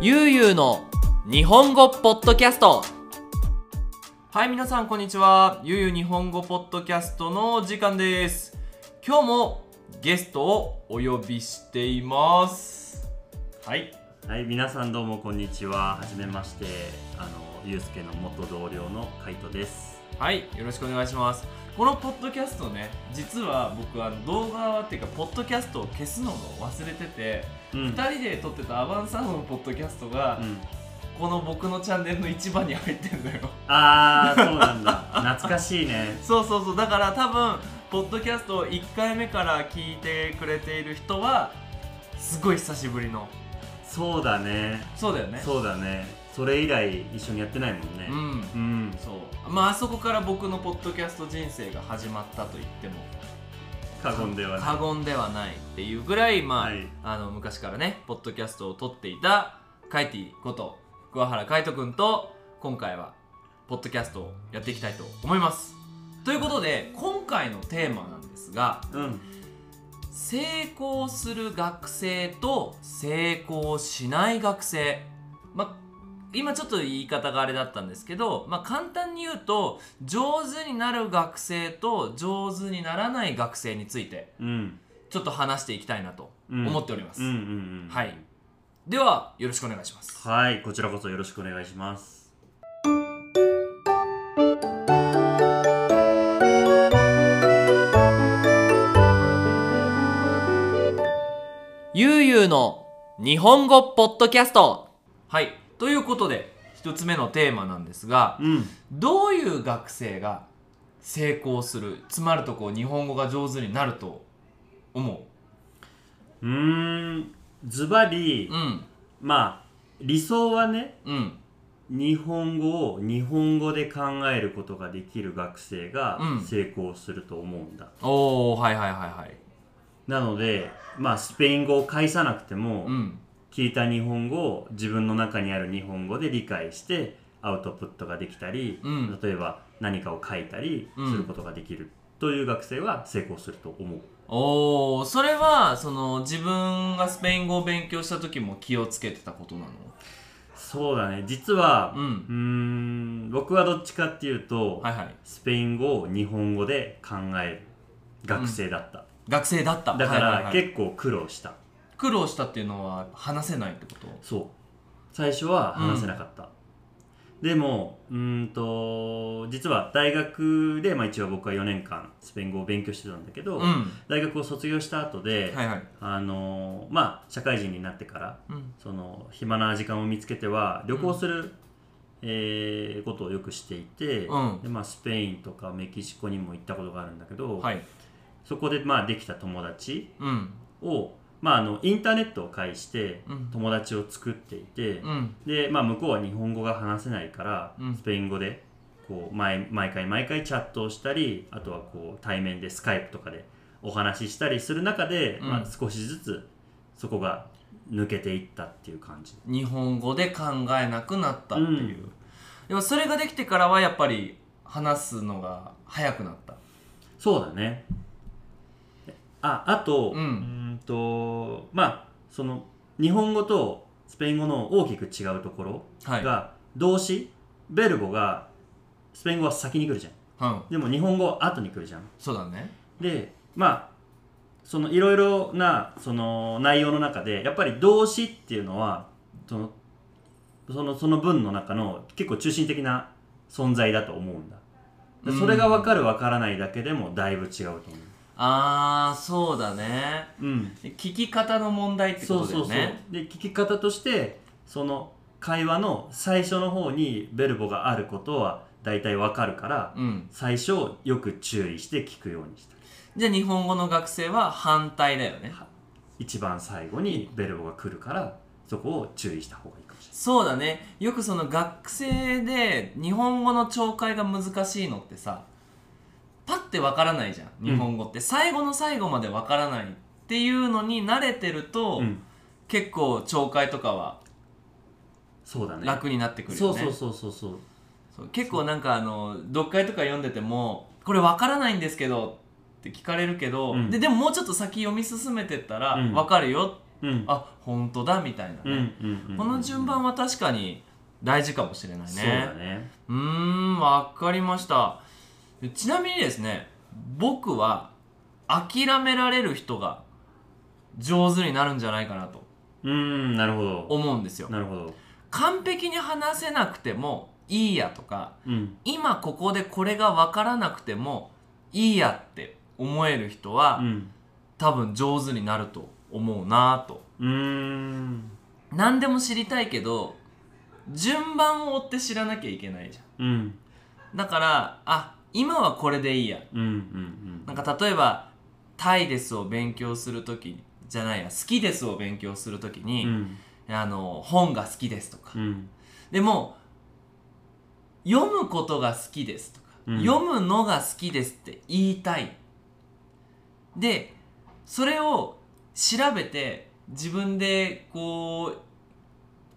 ゆうゆうの日本語ポッドキャストはい皆さんこんにちはゆうゆう日本語ポッドキャストの時間です今日もゲストをお呼びしていますはいはい、皆さんどうもこんにちは。はじめまして、あのゆうすけの元同僚のカイトです。はいよろしくお願いしますこのポッドキャストね実は僕は動画っていうかポッドキャストを消すのも忘れてて、うん、二うん、人で撮ってたアバンサウンドのポッドキャストが、この僕のチャンネルの一番に入ってんだよあー、そう なんだ。懐かしいね。そうそうそうだから多分ポッドキャストを1回目から聞いてくれている人はすごい久しぶりのそうだね。そうだよねうそうだね。それ以来一緒にやってないもんね。んうん、そうまああそこから僕のポッドキャスト人生が始まったと言っても過言ではない。過言ではないっていうぐらいまあ、はいあの昔からねポッドキャストを撮っていたカイティこと桑原海斗くんと今回はポッドキャストをやっていきたいと思いますということで今回のテーマなんですがうん、成功する学生と成功しない学生、まあ、今ちょっと言い方があれだったんですけど、まあ、簡単に言うと上手になる学生と上手にならない学生についてうん、ちょっと話していきたいなとうん、思っております、うん、うん、うん。はい。ではよろしくお願いしますはい、こちらこそよろしくお願いします。ゆうゆうの日本語ポッドキャストはいということで一つ目のテーマなんですが、うん、どういう学生が成功するつまるとこう日本語が上手になると思うーん、ズバリうう、んまあ理想はね。うん日本語を日本語で考えることができる学生がうん成功すると思うんだ、おおはいはいはいはいなのでまあスペイン語を介さなくても、うん聞いた日本語を自分の中にある日本語で理解してアウトプットができたり、うん例えば何かを書いたりうんすることができる、という学生は成功すると思うおおそれはその自分がスペイン語を勉強した時も気をつけてたことなのそうだね実はうんーん僕はどっちかっていうと、はいはいスペイン語を日本語で考える学生だった、学生だっただから、はいはいはい結構苦労した苦労したっていうのは話せないってことそう最初は話せなかった、でもうーんと実は大学で、まあ、一応僕は4年間スペイン語を勉強してたんだけど、うん大学を卒業した後で、はいはいあのーまあ社会人になってからうんその暇な時間を見つけては旅行する、えーことをよくしていて、うんでまあ、スペインとかメキシコにも行ったことがあるんだけど、はいそこで、まあ、できた友達うんを、まあ、あのインターネットを介してうん友達を作っていて、うんで、まあ、向こうは日本語が話せないから、うんスペイン語でこう毎毎回毎回チャットをしたりあとはこう対面でスカイプとかでお話ししたりする中で、うんまあ、少しずつそこが抜けていったっていう感じ日本語で考えなくなったっていう、でもそれができてからはやっぱり話すのが早くなったそうだねああとうんーんとまあその日本語とスペイン語の大きく違うところはい、が動詞ベルボがスペイン語は先に来るじゃんうん、でも日本語は後に来るじゃんそうだねでまあそのいろいろなその内容の中でやっぱり動詞っていうのはそのそのその文の中の結構中心的な存在だと思うんだでそれが分かる分からないだけでもだいぶ違うと思うああそうだねうん聞き方の問題ってこそうとだそうよそうねで聞き方としてその会話の最初の方にベルボがあることは大体分かるからうん、最初よく注意して聞くようにしたじゃあ日本語の学生は反対だよね一番最後にベルボが来るからそこを注意した方がいいかもしれそうだねよくその学生で日本語の聴解が難しいのってさパッてわからないじゃん日本語って、最後の最後までわからないっていうのに慣れてると、ない、うん、結構懲戒とかはそうだね楽になってくるそようねそうそうそうそそうう結構なんかあの読解とか読んでても「これわからないんですけど」って聞かれるけど、うんででももうちょっと先読み進めてったらうんわかるようんあ本当だみたいなね、うんうんうんこの順番は確かに大事かもしれないそうだねねうーんわかりましたちなみにですね僕は諦められる人が上手になるんじゃないかなとうんなるほど思うんですよなるほど完璧に話せなくてもいいやとかうん今ここでこれが分からなくてもいいやって思える人は、うん多分上手になると思うなぁとうーん何でも知りたいけど順番を追って知らなきゃいけないじゃうんうんんだからあ今はこれでいいやうんうんなんか例えば「タイです」を勉強する時じゃないや「好きです」を勉強する時うに、んあの本が好きですとか、うんでも読むことが好きですとか、うん読むのが好きですって言いたいでそれを調べて自分でこう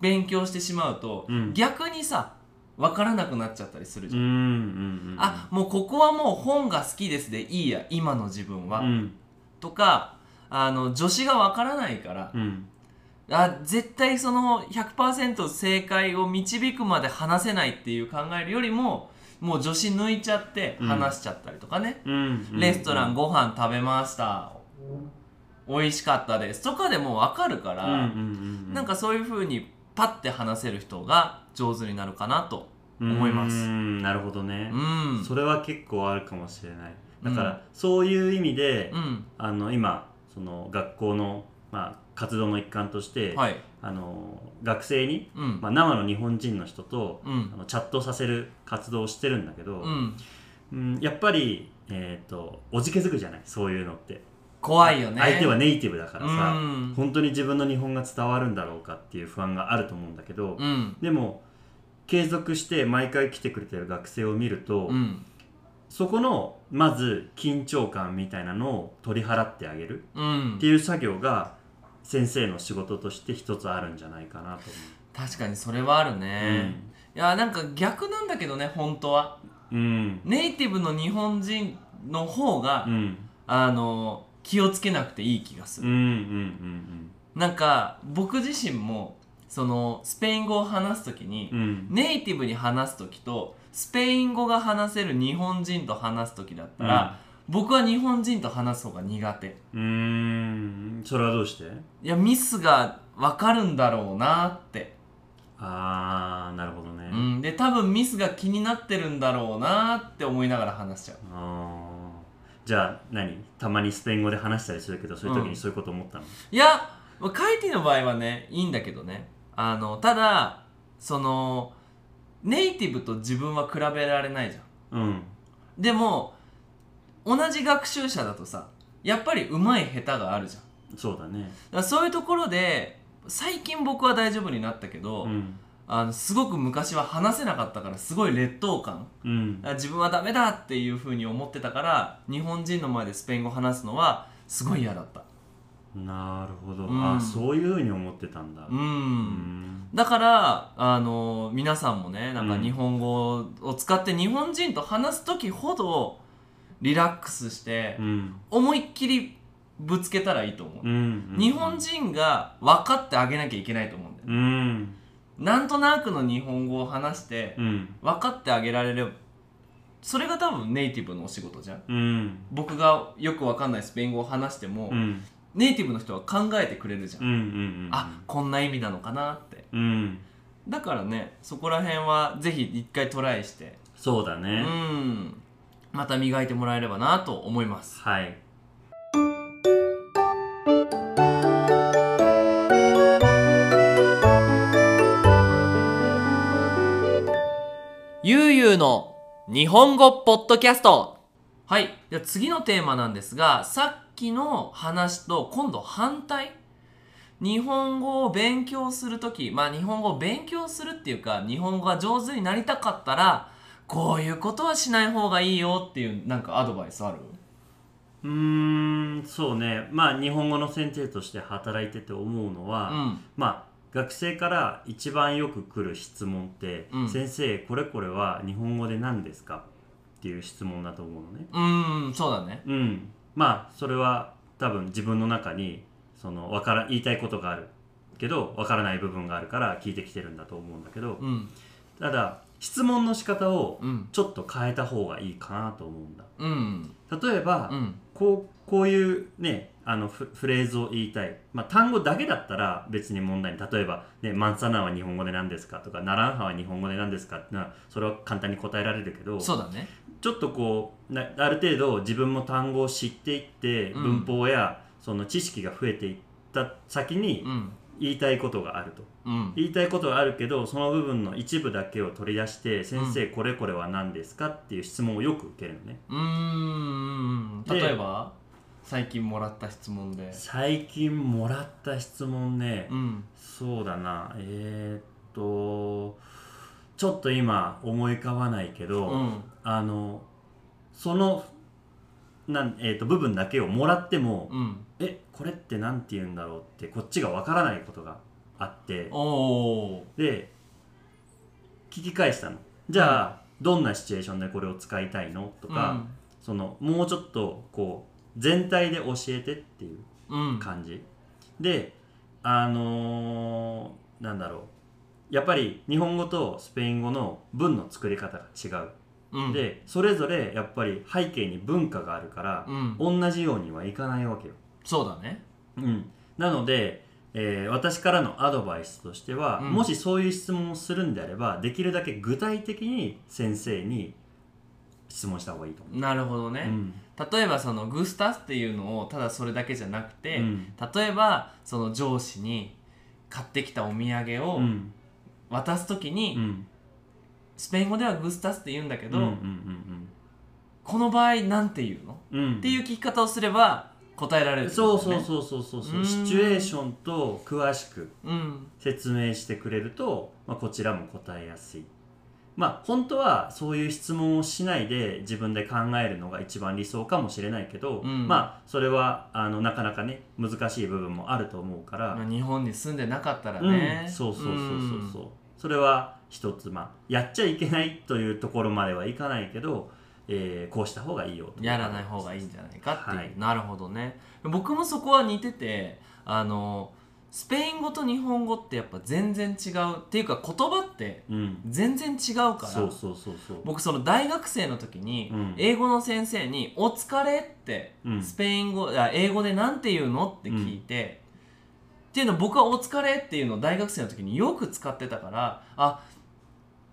勉強してしまうと、うん逆にさ分からなくなっちゃったりするうじゃん、んうんあもうここはもう本が好きですでいいや今の自分は、うんとかあの助詞が分からないから、うんあ絶対その100%正解を導くまで話せないっていう考えるよりももう女子抜いちゃってうん話しちゃったりとかね、うんうんレストランご飯食べました、美味しかったですとかでも分かるから、うんうんなんかそういう風にパッて話せる人が上手になるかなと思いますうんなるほどねうんそれは結構あるかもしれないだからそういう意味でうんあの今その学校のまあ活動の一環としてはいあの学生にうん、まあ生の日本人の人とうあんのチャットさせる活動をしてるんだけどうんうんやっぱりえっとおじけづくじゃないそういうのって怖いよね相手はネイティブだからうさん本当に自分の日本が伝わるんだろうかっていう不安があると思うんだけどうんでも継続して毎回来てくれてる学生を見ると、うんそこのまず緊張感みたいなのを取り払ってあげるうんっていう作業が先生の仕事として一つあるんじゃないかなと確かにそれはある思う。ね、いやなんか逆なんだけどね本当はうんネイティブの日本人の方が、うんあの気をつけなくていい気がすうんうんうる、んなんか僕自身もそのスペイン語を話す時にうんう、んネイティブに話す時とスペイン語が話せる日本人と話す時だったら、僕は日本人と話す方が苦手うんそれはどうしていやミスが分かるんだろうなって、ああなるほどね、うん、で多分ミスが気になってるんだろうなって思いながら話しちゃうあーじゃあ何たまにスペイン語で話したりするけどそういう時にそういうこと思ったの、いや、まあカイティの場合はね、いいんだけどね。あの、ただ、その、ネイティブと自分は比べられないじゃん。うん、でも、同じ学習者だとさ、やっぱり上手い下手があるじゃん。だそうだねからそういうところで、最近僕は大丈夫になったけど、うんあのすごく昔は話せなかったからすごい劣等感うんあ自分はダメだっていう風に思ってたから日本人の前でスペイン語話すのはすごい嫌だったなるほど、うんあそういうふうに思ってたんだううんんだからあの皆さんもねなんうかん日本語を使って日本人と話す時ほどリラックスしてうん思いっきりぶつけたらいいと思う、うん日本人が分かってあげなきゃいけないと思うんだよ、うんなんとなくの日本語を話してうん分かってあげられればそれが多分ネイティブのお仕事じゃんうん僕がよく分かんないスペイン語を話しても、うんうんネイティブの人は考えてくれるじゃん、うんうんあこんな意味なのかなってうんだからねそこら辺はぜひ一回トライしてそうだうね、んまた磨いてもらえればなと思いますはいゆうゆうの日本語ポッドキャストはいじゃあ次のテーマなんですがさっきの話と今度反対日本語を勉強する時まあ日本語を勉強するっていうか日本語が上手になりたかったらこういうことはしない方がいいよっていうなんかアドバイスあるうーんそうねまあ日本語の先生として働いてて思うのは、うんまあ学生から一番よく来る質問って「うん先生これこれは日本語で何ですか?」っていう質問だと思うのね。うんそうだねうん、まあそれは多分自分の中にそそのわから言いたいことがあるけどわからない部分があるから聞いてきてるんだと思うんだけどうんただ質問の仕方をうんちょっと変えた方がいいかなと思うんだうん例えば、うんこうこういうねあのフフレーズを言いたい、まあ、単語だけだったら別に問題に例えば、ね「マンサナーは日本語で何ですか?」とか「ナランハは日本語で何ですか?」ってのはそれは簡単に答えられるけどそうだねちょっとこうなある程度自分も単語を知っていってうん文法やその知識が増えていった先にうん言いたいことがあるとうん言いたいことがあるけどその部分の一部だけを取り出して「先生これこれは何ですか?」っていう質問をよく受けるのね。うーんで例えば最近もらった質問で最近もらった質問ね、うんそうだなえー、っとちょっと今思い浮かばないけど、うんあのそのなん、えー、と部分だけをもらっても、うんえこれって何て言うんだろうってこっちがわからないことがあっておおで聞き返したのじゃあ、どんなシチュエーションでこれを使いたいのとか、そのもうちょっとこう全体で教えてっていううん感じであのーなんだろうやっぱり日本語とスペイン語の文の作り方が違う、うんでそれぞれやっぱり背景に文化があるからう、ん同じようにはいかないわけよ、そうだねうん、なので、えー私からのアドバイスとしては、うんもしそういう質問をするんであればできるだけ具体的に先生に質問した方がいいと思う、なるほどね、うん例えばそのグスタスっていうのをただそれだけじゃなくて、うん例えばその上司に買ってきたお土産うをん渡す時に、うんスペイン語ではグスタスって言うんだけど、うんうんこの場合なんて言うの、うんうんっていう聞き方をすれば答えられるってこそうとそね、うそうそうそうそううんシチュエーションと詳しくうん説明してくれると、まあ、こちらも答えやすいまあ本当はそういう質問をしないで自分で考えるのが一番理想かもしれないけど、うんまあそれはあのなかなかね難しい部分もあると思うから、まあ日本に住んでなかったらね、うん、そうそうそうそうそううそれは一つまあやっちゃいけないというところまではいかないけど、えーこうした方がいいよとやらない方がいいんじゃないかっていう、はいなるほどね僕もそこは似ててあのスペイン語と日本語ってやっぱ全然違うっていうか言葉ってうん全然違うからそうそうそうそう僕その大学生の時にうん英語の先生に「お疲れ」ってう んスペイン語、あ英語でなんて言うのって聞いて、っていうの僕は「お疲れ」っていうのを大学生の時によく使ってたからあ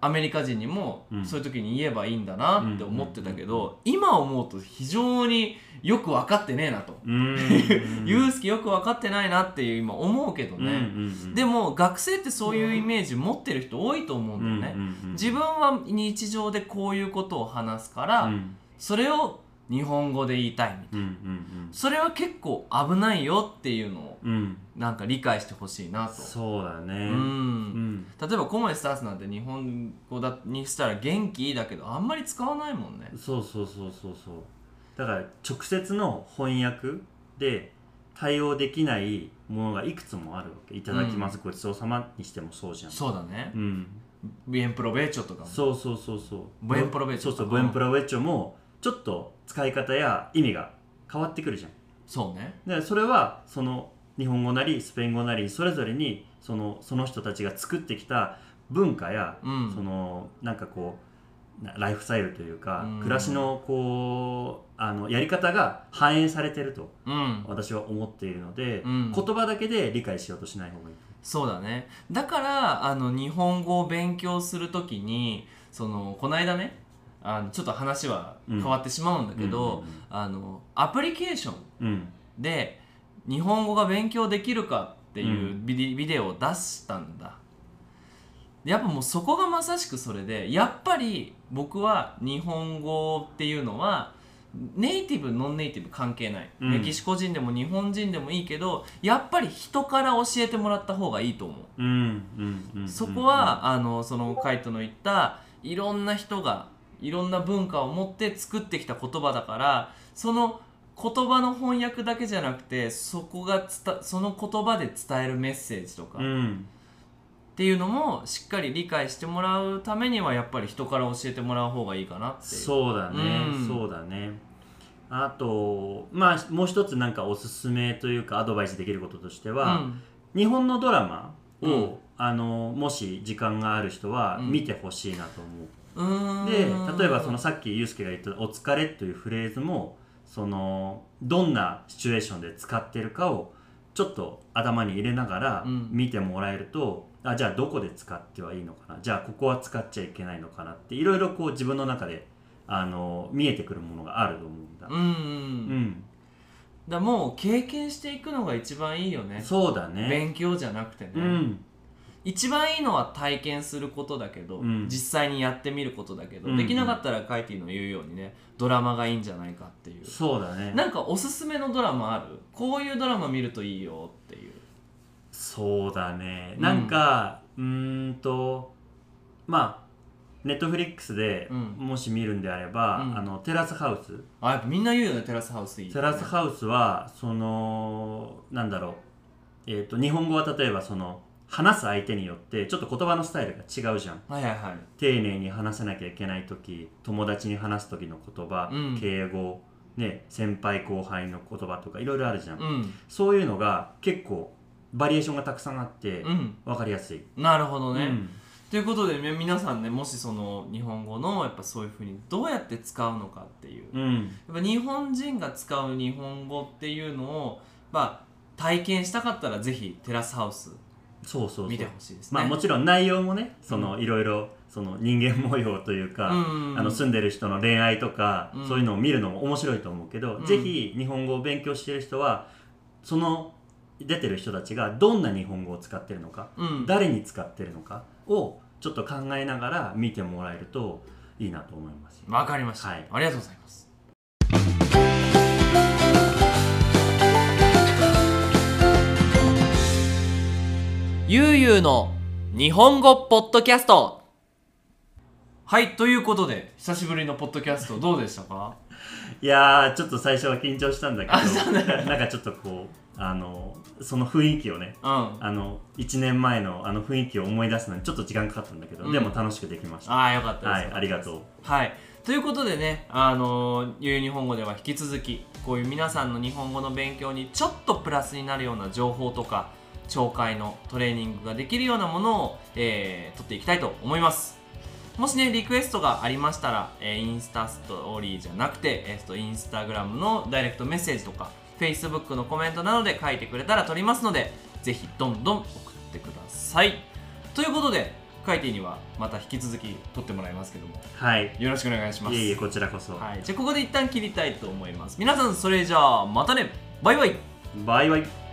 アメリカ人にもうんそういう時に言えばいいんだなって思ってたけど、今思うと非常によく分かってねえなと、うーんユースケよく分かってないなっていう今思うけどうんうんね、うんでも学生ってそういうイメージ持ってる人多いと思うんだよね、自分は日常でこういうことを話すから、うんそれを日本語で言いたいみたいなうんうんそれは結構危ないよっていうのをうんうんなんか理解してほしいなとそうだうねんん例えば「コモエスタース」なんて日本語だにしたら「元気」だけどあんまり使わないもんねそうそうそうそうそうだから直接の翻訳で対応できないものがいくつもあるわけ「いただきます、ごちそうさま」にしてもそうじゃんそうだねう、ん、ビエンプロベーチョとかもそうそうそうそうブエンプロベッチョそうそうブエンプロベッチョもちょっと使い方や意味が変わってくるじゃんそうねでそれはその日本語なりスペイン語なりそれぞれにそのその人たちが作ってきた文化や、うんそのなんかこうなライフスタイルというか、うん暮らしのこうあのやり方が反映されてるとうん私は思っているので、うん言葉だけで理解しようとしない方がいい。そうだねだからあの日本語を勉強するときにそのこの間ねあのちょっと話は変わってしまうんだけど、あのアプリケーションうん、うんで日本語が勉強できるかっていううビデ,、ビデオを出したんだやっぱもうそこがまさしくそれでやっぱり僕は日本語っていうのはネイティブノンネイティブ関係ない、うんメキシコ人でも日本人でもいいけどやっぱり人から教えてもらった方がいいと思ううんうんうんうんそこは、あのそのカイトの言ったいろんな人がいろんな文化を持って作ってきた言葉だからその言葉の翻訳だけじゃなくてそこが伝その言葉で伝えるメッセージとか、うっん、ていうのもしっかり理解してもらうためにはやっぱり人から教えてもらう方がいいかなっていう。そうだね、うんそうだねあと、まあ、もう一つなんかおすすめというかアドバイスできることとしてうは、ん日本のドラマを、うんあのもし時間がある人はうん見てほしいなと思う、うーんで例えばそのさっきユうスケが言った「お疲れ」というフレーズもそのどんなシチュエーションで使ってるかをちょっと頭に入れながらうん見てもらえると、あじゃあどこで使ってはいいのかなじゃあここは使っちゃいけないのかなっていろいろこう自分の中であの見えてくるものがあると思うんだう、んうん、うだからんもう経験していくのが一番いいよねそうだね勉強じゃなくてね、うん一番いいのは体験することだけど、うん実際にやってみることだけど、うんできなかったらカイティの言うようにねドラマがいいんじゃないかっていうそうだねなんかおすすめのドラマあるこういうドラマ見るといいよっていうそうだねなんかうーんとまあネットフリックスでうんもし見るんであれば、うんあのテラスハウスあやっぱみんな言うよねテラスハウスいいってテね、ラスハウスはそのなんだろうえっ、と日本語は例えばその話す相手によってちょっと言葉のスタイルが違うじゃんはいはいはい丁寧に話さなきゃいけない時友達に話す時の言葉、うん敬語ね先輩後輩の言葉とかいろいろあるじゃん、うんそういうのが結構バリエーションがたくさんあって、うわんかりやすい、なるほどね、うんということでみ皆さんねもしその日本語のやっぱそういうふうにどうやって使うのかっていううん、やっぱ日本人が使う日本語っていうのを、まあ、体験したかったらぜひテラスハウスそうそうそう見てほしいですね。まあもちろん内容もねそのいろいろその人間模様というか、うんあの住んでる人の恋愛とか、うんそういうのを見るのも面白いと思うけど、うんぜひ日本語を勉強してる人はその出てる人たちがどんな日本語を使ってるのか、うん、誰に使ってるのかをちょっと考えながら見てもらえるといいなと思います。わかりました、はいありがとうございます。ゆうゆうの日本語ポッドキャストはい、ということで、久しぶりのポッドキャストどうでしたかいやーちょっと最初は緊張したんだけどなんかちょっとこうあのその雰囲気をねうん。あの1年前のあの雰囲気を思い出すのにちょっと時間かかったんだけど、うんでも楽しくできました。ああ、よかったです。はい、ありがとう。はい。ということでね、あのー、ゆうゆう日本語では引き続き、こういう皆さんの日本語の勉強にちょっとプラスになるような情報とか、聴解のトレーニングができるようなものを、えー取っていきたいと思います。もしね、リクエストがありましたら、えーインスタストーリーじゃなくて、えー、とインスタグラムのダイレクトメッセージとか、Facebook のコメントなどで書いてくれたら取りますので、ぜひどんどん送ってください。ということで、カイティにはまた引き続き取ってもらいますけども、はい。よろしくお願いしますいえいえ、こちらこそ。はい、じゃあここで一旦切りたいと思います皆さんそれじゃあまたねバイバイバイバイ。